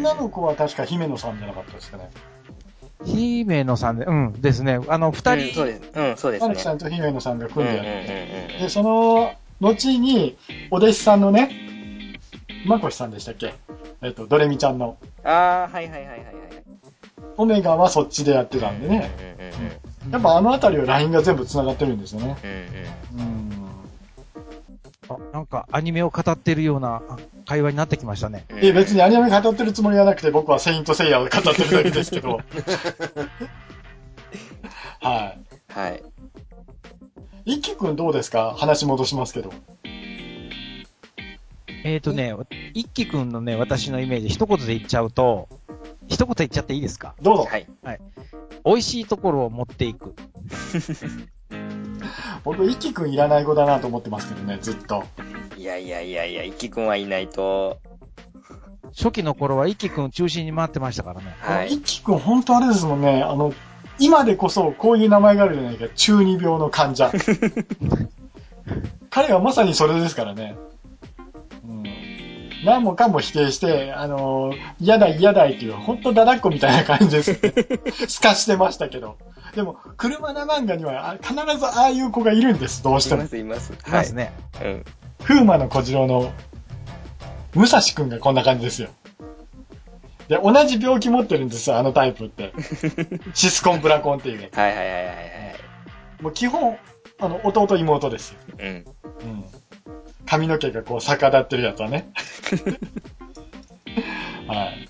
Speaker 2: 女の子は確か姫野さんじゃなかったですかね。
Speaker 4: 姫野さんで、うん、ですね。あの、二
Speaker 3: うんそ
Speaker 4: 人、
Speaker 3: うです。うん、そうです
Speaker 2: 荒
Speaker 3: ね
Speaker 2: 木。さんと姫野さんが
Speaker 3: うん
Speaker 2: 組ん
Speaker 3: うん
Speaker 2: で
Speaker 3: う
Speaker 2: や
Speaker 3: ん
Speaker 2: って、
Speaker 3: うん
Speaker 2: で、その、後に、お弟子さんのね、まこしさんでしたっけえっと、ドレミちゃんの。
Speaker 3: ああ、はいはいはいはいはい。
Speaker 2: オメガはそっちでやってたんでね。
Speaker 3: うんうんうん
Speaker 2: やっぱあの辺りはラインが全部繋がってるんですよね。
Speaker 3: うんうん
Speaker 2: うん。
Speaker 4: あなんかアニメを語ってるようなあ会話になってきましたね。
Speaker 3: うん
Speaker 2: え、別にアニメ語ってるつもりはなくて、僕はセイントセイヤを語ってるだけですけ ど。は
Speaker 3: はい。
Speaker 2: い。一輝くんどうですか話戻しますけど。
Speaker 4: えっ、ー、とね、一輝くんのね、私のイメージ、一言で言っちゃうと、一言言っちゃっていいですか
Speaker 2: どうぞ。
Speaker 3: はい。
Speaker 4: 美味しいところを持っていく。
Speaker 2: 僕、一輝くんいらない子だなと思ってますけどね、ずっと。
Speaker 3: いやいやいやいや、一輝くんはいないと。
Speaker 4: 初期の頃は一輝くん中心に回ってましたからね。
Speaker 2: は、
Speaker 3: はいい。
Speaker 2: 一輝くん本当あれですもんね。あの、今でこそこういう名前があるじゃないか。中二病の患者。 彼はまさにそれですからね。うん。何もかも否定して、あのー嫌だ嫌だいっていう、本当だだっこみたいな感じです、 ね。すかしてましたけど。でも、車な漫画にはあ必ずああいう子がいるんです、どうし
Speaker 3: い
Speaker 2: て
Speaker 3: ま
Speaker 2: も。
Speaker 3: す、います。
Speaker 4: い
Speaker 3: は
Speaker 4: ま
Speaker 3: い
Speaker 4: す。ね。
Speaker 3: うん。
Speaker 2: 風魔の小次郎の、武蔵くんがこんな感じですよ。で、同じ病気持ってるんですよ、あのタイプって。シスコンブラコンっていうや
Speaker 3: はいはいはいはい
Speaker 2: つ。もう基本、あの、弟妹ですよ。
Speaker 3: はい。う
Speaker 2: う
Speaker 3: ん。
Speaker 2: ん。髪の毛がこう逆立ってるやつはね。はい。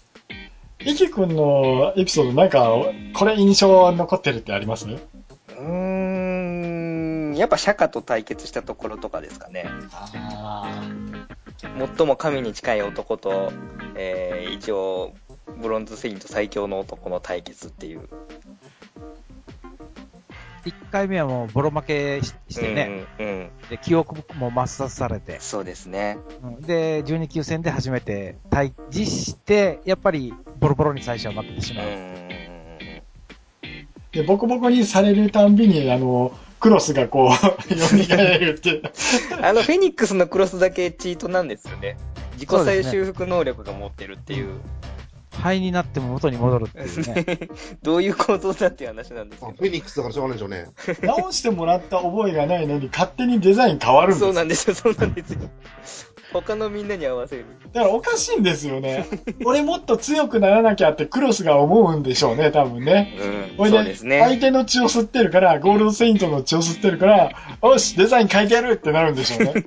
Speaker 2: イキ君のエピソードなんか、これ印象残ってるってあります
Speaker 3: うーん、うん、やっぱ釈迦と対決したところとかですかね。
Speaker 2: あ
Speaker 3: 最も神に近い男と、えー一応、ブロンズセイント最強の男の対決っていう。
Speaker 4: 一回目はもうボロ負けししてね、
Speaker 3: うん、うん。
Speaker 4: で、記憶も抹殺されて、
Speaker 3: そうですね。
Speaker 4: うんで、12級戦で初めて対峙して、やっぱりボロボロに最初はなってし
Speaker 3: うん
Speaker 4: まう。
Speaker 2: ーで、ボコボコにされるたんびに、あの、クロスがこう、 蘇るっていう。
Speaker 3: うんうん。あの、フェニックスのクロスだけチートなんですよね。自己
Speaker 4: そうで
Speaker 3: 再
Speaker 4: すね
Speaker 3: 修復能力が持ってるっていう。
Speaker 4: 灰になっても元に戻るっていうね。
Speaker 3: どういう構造だっていう話なんです
Speaker 5: フ
Speaker 3: けど。
Speaker 5: ェニックスだからしょうがないでしょうね。
Speaker 2: 直してもらった覚えがないのに、勝手にデザイン変わるんです
Speaker 3: そう
Speaker 2: よ。
Speaker 3: なんですよ、そうなんですよ。他のみんなに合わせる。
Speaker 2: だからおかしいんですよね。俺もっと強くならなきゃってクロスが思うんでしょうね、多分ね。
Speaker 3: うん、
Speaker 2: これ
Speaker 3: そうです
Speaker 2: 相
Speaker 3: ね。
Speaker 2: 手の血を吸ってるから、ゴールドセイントの血を吸ってるから、よし、デザイン変えてやるってなるんでしょうね。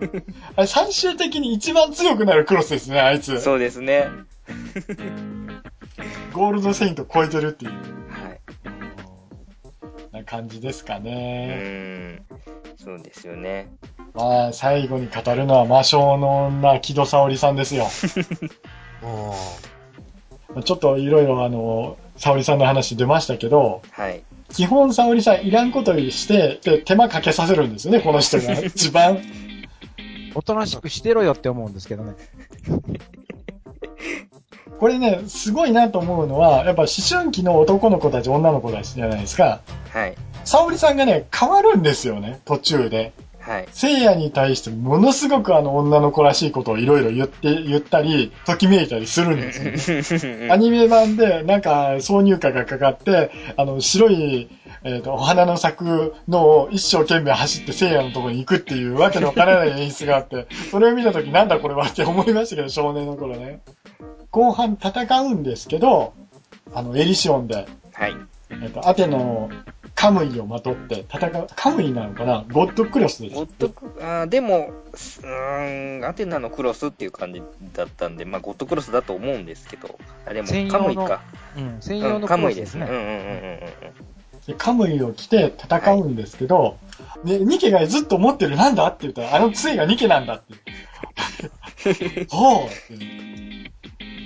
Speaker 2: あれ最終的に一番強くなるクロスですね、あいつ。
Speaker 3: そうですね。
Speaker 2: ゴールドセイント超えてるっていう
Speaker 3: はい。
Speaker 2: な感じですか
Speaker 3: う
Speaker 2: ね。
Speaker 3: ん。そうですよね。
Speaker 2: まあ、最後に語るのは魔性の女、木戸沙織さんですよ。
Speaker 5: あ
Speaker 2: ちょっといろいろあの、沙織さんの話出ましたけど、
Speaker 3: はい。
Speaker 2: 基本沙織さんいらんことして、で、手間かけさせるんですよね、この人が。一番。
Speaker 4: おとなしくしてろよって思うんですけどね。
Speaker 2: これね、すごいなと思うのは、やっぱ思春期の男の子たち、女の子たちじゃないですか。
Speaker 3: はい。
Speaker 2: 沙織さんがね、変わるんですよね、途中で。
Speaker 3: はい。
Speaker 2: 聖夜に対してものすごくあの女の子らしいことをいろいろ言って、言ったり、ときめいたりするんですよ。アニメ版で、なんか、挿入歌がかかって、あの、白い、えっ、と、お花の咲くのを一生懸命走って聖夜のところに行くっていうわけのわからない演出があって、 それを見たときなんだこれはって思いましたけど、少年の頃ね。後半戦うんですけど、あの、エリシオンで、
Speaker 3: はい。
Speaker 2: えっ、と、アテナのカムイをまとって戦う、カムイなのかなゴッドクロスです。
Speaker 3: ゴッドク、あーでも、すうーん、アテナのクロスっていう感じだったんで、まあ、ゴッドクロスだと思うんですけど、あ、でも
Speaker 4: 専、用
Speaker 3: カ
Speaker 4: の
Speaker 3: ムイか。
Speaker 4: うん、専用
Speaker 3: うん
Speaker 4: の
Speaker 3: カ
Speaker 4: コ
Speaker 3: ム
Speaker 4: ー
Speaker 3: イ
Speaker 4: スで
Speaker 3: ですすね。
Speaker 4: ね
Speaker 3: うん。うんうんうん
Speaker 2: でカムイを着て戦うんですけど、ね、ニケがずっと思ってる、なんだって言ったら、あの杖がニケなんだ って。ほうって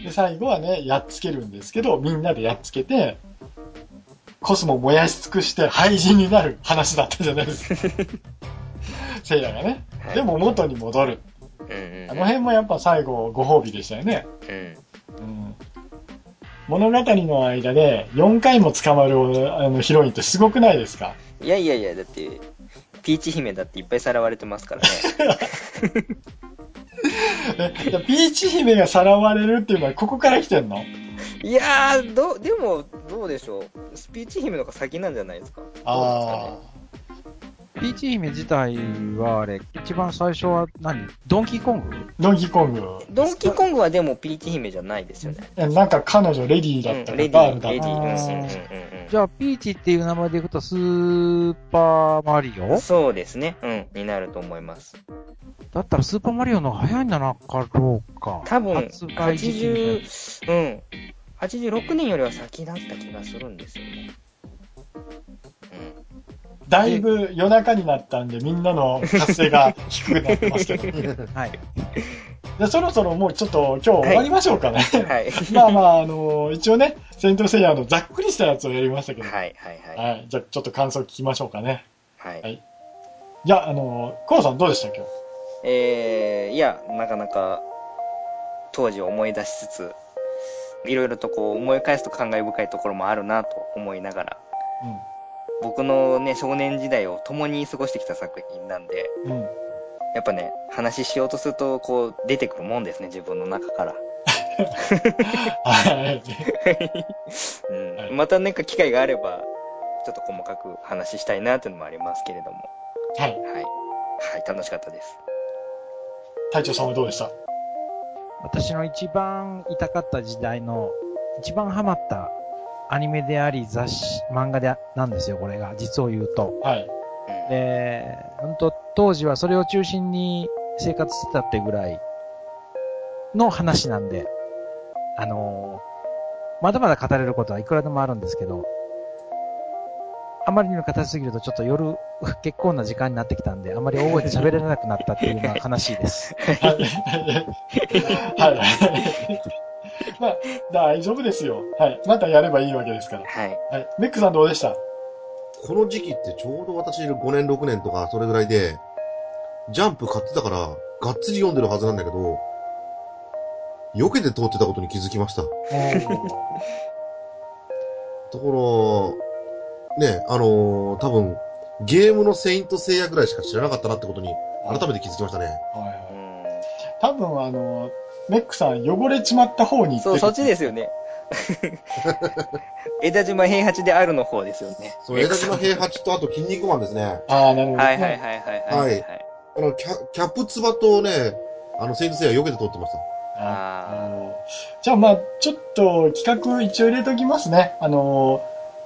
Speaker 2: で、最後はね、やっつけるんですけど、みんなでやっつけて、コスモを燃やし尽くして廃人になる話だったじゃないです か。セイラがね。
Speaker 3: はい
Speaker 2: でも元に戻る。
Speaker 3: うんうん。
Speaker 2: あの辺もやっぱ最後、ご褒美でしたよね。
Speaker 3: うん。
Speaker 2: うん物語の間で4回も捕まるあのヒロインってすごくないですか
Speaker 3: いやいやいや、だって、ピーチ姫だっていっぱいさらわれてますから ね。
Speaker 2: で ピーチ姫がさらわれるっていうのはここから来てんの
Speaker 3: いやー、どう、でも、どうでしょう。スピーチ姫の方が先なんじゃないですか。
Speaker 2: あ
Speaker 4: ピーチ姫自体はあれ、一番最初は何ドンキーコング
Speaker 2: あ、ドンキーコング。
Speaker 3: ドンキーコングはでもピーチ姫じゃないですよね。
Speaker 2: えなんか彼女レディー
Speaker 3: う
Speaker 2: だ
Speaker 3: ん
Speaker 2: ったか、
Speaker 3: レディ
Speaker 2: ガール
Speaker 3: ー、
Speaker 2: だっ
Speaker 3: レディ
Speaker 2: た
Speaker 3: ー。うんうん
Speaker 2: か。
Speaker 3: うんうん
Speaker 4: じゃあ、ピーチっていう名前でいくと、スーパーマリ
Speaker 3: う
Speaker 4: オ
Speaker 3: ん。そうですね。うん。になると思います。
Speaker 4: だったらスーパーマリオの方が早いんじゃなかろうか。
Speaker 3: 多分、
Speaker 4: 発売時期みたいな
Speaker 3: 80、うん。86年よりは先だった気がするんですよね。
Speaker 2: だいぶ夜中になったんでみんなの活性が低くなってますけ ど。じ
Speaker 4: はい。
Speaker 2: ゃあそろそろもうちょっと今日終わりましょうかね。
Speaker 3: うん。 はい。
Speaker 2: まあまあ、あの一応ね、セイントセイヤのざっくりしたやつをやりましたけど。
Speaker 3: はい、はい、はい。
Speaker 2: はい。じゃあちょっと感想聞きましょうかね。
Speaker 3: はい。
Speaker 2: はいじゃあ、あのコウさんどうでした今日
Speaker 3: えー、いや、なかなか、当時を思い出しつつ、いろいろとこう思い返すと感慨深いところもあるなと思いながら、僕のね、少年時代を共に過ごしてきた作品なんで、
Speaker 2: うん。 うん。
Speaker 3: やっぱね、話しようとすると、こう、出てくるもんですね、自分の中から。
Speaker 2: はい。
Speaker 3: うん
Speaker 2: はい
Speaker 3: またなんか機会があれば、ちょっと細かく話したいなっていうのもありますけれども、
Speaker 2: はい。
Speaker 3: はい。はい、楽しかったです。
Speaker 2: 隊長さんはどうでした
Speaker 4: 私の一番痛かった時代の、一番ハマったアニメであり、雑誌、漫画であ、なんですよ、これが。実を言うと。
Speaker 2: はい。
Speaker 3: うん。
Speaker 4: で、本当当時はそれを中心に生活してたってぐらいの話なんで、あのーまだまだ語れることはいくらでもあるんですけど、あまりにも硬すぎるとちょっと夜、結構な時間になってきたんで、あまり大声で喋れなくなったっていうのは悲しいです。
Speaker 2: はい。はい。まあ、大丈夫ですよ。はい。またやればいいわけですから。
Speaker 3: はい。
Speaker 2: はい。メックさんどうでした
Speaker 5: この時期ってちょうど私いる5年、6年とかそれぐらいで、ジャンプ買ってたから、がっつり読んでるはずなんだけど、避けて通ってたことに気づきました。だから、ね、あのー多分、ゲームのセイント聖夜ぐらいしか知らなかったなってことに、改めて気づきましたね。
Speaker 2: はいは
Speaker 3: う
Speaker 2: い。
Speaker 3: ん
Speaker 2: 多分あの、メックさん汚れちまった方に行って
Speaker 3: そう、
Speaker 2: る
Speaker 3: そっちですよ ね。枝島平八であるの方ですよね。
Speaker 5: そう、枝島平八とあと筋肉マンですね。
Speaker 2: ああ、なるほど。
Speaker 3: はいはいはいはいはい。
Speaker 5: はいあの、キャキャプツバとね、あの、セイント聖夜避けて通ってました。
Speaker 2: あ
Speaker 3: あ
Speaker 2: のじゃあまあ、ちょっと企画一応入れときますね。あの、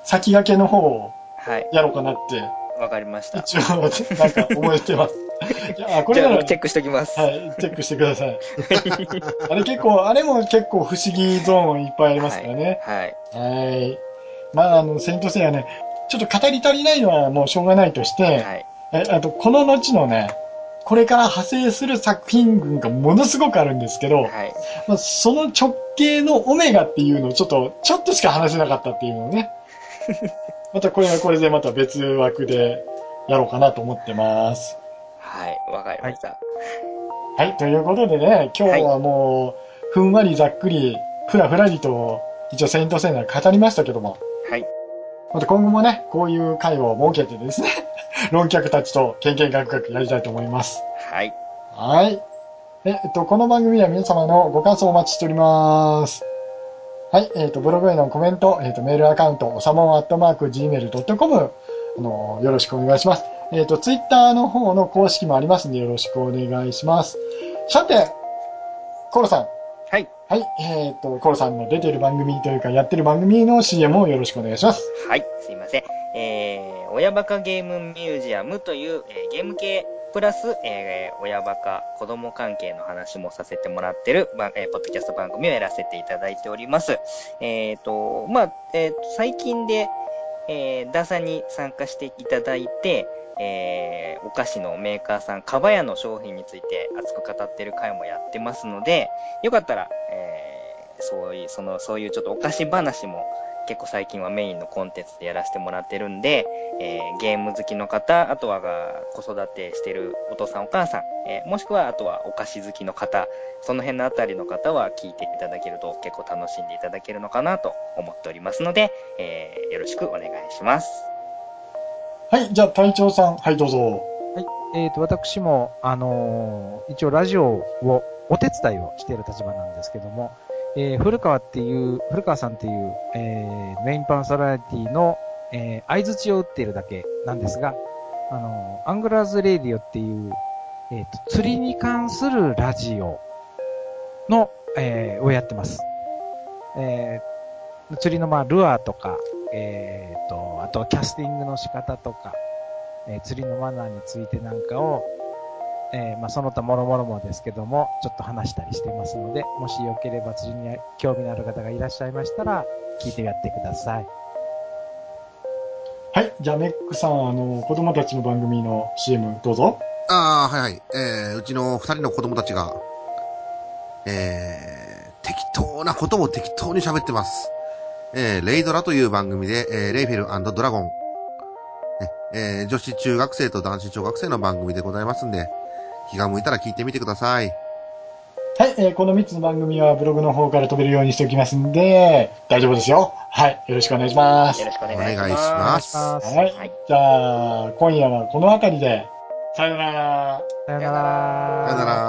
Speaker 2: 先駆けの方を
Speaker 3: はい。
Speaker 2: やろうかなって、
Speaker 3: わかりました。
Speaker 2: 一応、なんか思って ます。いや、これ
Speaker 3: じ
Speaker 2: な
Speaker 3: ゃあ
Speaker 2: ら、は
Speaker 3: 僕
Speaker 2: い、
Speaker 3: チ
Speaker 2: チ
Speaker 3: ェックしときます。
Speaker 2: ェックしてください。あれ結構、あれも結構不思議ゾーンいっぱいありますからね。
Speaker 3: はい。
Speaker 2: はい。まあ、あの、セイントセイヤね、ちょっと語り足りないのはもうしょうがないとして、
Speaker 3: はい。
Speaker 2: えあと、この後のね、これから派生する作品群がものすごくあるんですけど、
Speaker 3: はい。
Speaker 2: まあ、その直径のオメガっていうのをちょっと、ちょっとしか話せなかったっていうのを ね。またこれはこれでまた別枠でやろうかなと思ってます。
Speaker 3: はい。わかりました。
Speaker 2: はい、ということでね、今日はもう、ふんわりざっくり、ふらふらりと、一応セイントセイナー語りましたけども、
Speaker 3: はい。
Speaker 2: また今後もね、こういう会を設けてですね、 論客たちとケンケンガクガクやりたいと思います。
Speaker 3: はい。
Speaker 2: はい。ええっと、この番組では皆様のご感想をお待ちしております。はい。えっと、ブログへのコメント、えっと、メールアカウント、おさもんアットマーク gmail.com、あの、よろしくお願いします。えっと、ツイッターの方の公式もありますんで、よろしくお願いします。さて、コロさん。
Speaker 3: はい。
Speaker 2: はい。えっと、コロさんの出てる番組というか、やってる番組の CM をよろしくお願いします。
Speaker 3: はい、すいません。えー、親バカゲームミュージアムという、えーゲーム系プラス、えー、親バカ子供関係の話もさせてもらってる、ばえーポッドキャスト番組をやらせていただいております。えっ、と、まあ、えーと最近で、えー、ダーサに参加していただいて、えー、お菓子のメーカーさん、かばやの商品について熱く語ってる回もやってますので、よかったら、えー、そういう、その、そういうちょっとお菓子話も結構最近はメインのコンテンツでやらせてもらってるんで、えーゲーム好きの方、あとはが子育てしてるお父さんお母さん、えーもしくはあとはお菓子好きの方、その辺のあたりの方は聞いていただけると結構楽しんでいただけるのかなと思っておりますので、えーよろしくお願いします。
Speaker 2: はい。じゃあ、隊長さん。はい、どうぞ。
Speaker 4: えっ、と、私も、あのー一応ラジオを、お手伝いをしている立場なんですけども、えー古川っていう、古川さんっていう、えーメインパーソナリティの、えー、相槌を打っているだけなんですが、あのーアングラーズレディオっていう、えっ、と、釣りに関するラジオの、えーをやってます。えー釣りの、まあ、ルアーとか、えっ、と、あとはキャスティングの仕方とか、えー釣りのマナーについてなんかを、えーまあ、その他もろもろもですけども、ちょっと話したりしてますので、もしよければ釣りに興味のある方がいらっしゃいましたら、聞いてやってください。
Speaker 2: はい。じゃあ、メックさん、あの、子供たちの番組の CM、どうぞ。
Speaker 5: ああ、はいはい。えー、うちの二人の子供たちが、えー、適当なことも適当に喋ってます。えー、レイドラという番組で、えー、レイフェルドラゴン、ねえー、女子中学生と男子小学生の番組でございますんで、気が向いたら聞いてみてください。
Speaker 2: はい、えーこの3つの番組はブログの方から飛べるようにしておきますんで、大丈夫ですよ。はい、よろしくお願いします
Speaker 3: よ。ろしくお
Speaker 5: お
Speaker 3: 願
Speaker 5: 願
Speaker 3: い
Speaker 5: い
Speaker 3: し
Speaker 5: し
Speaker 3: ます。
Speaker 5: ま
Speaker 4: お願いし
Speaker 5: す。
Speaker 4: ま
Speaker 2: は
Speaker 4: す。
Speaker 2: い、
Speaker 3: はい
Speaker 2: じゃあ、今夜はこの辺りで、さよなら。
Speaker 4: さよなら
Speaker 5: さよなら。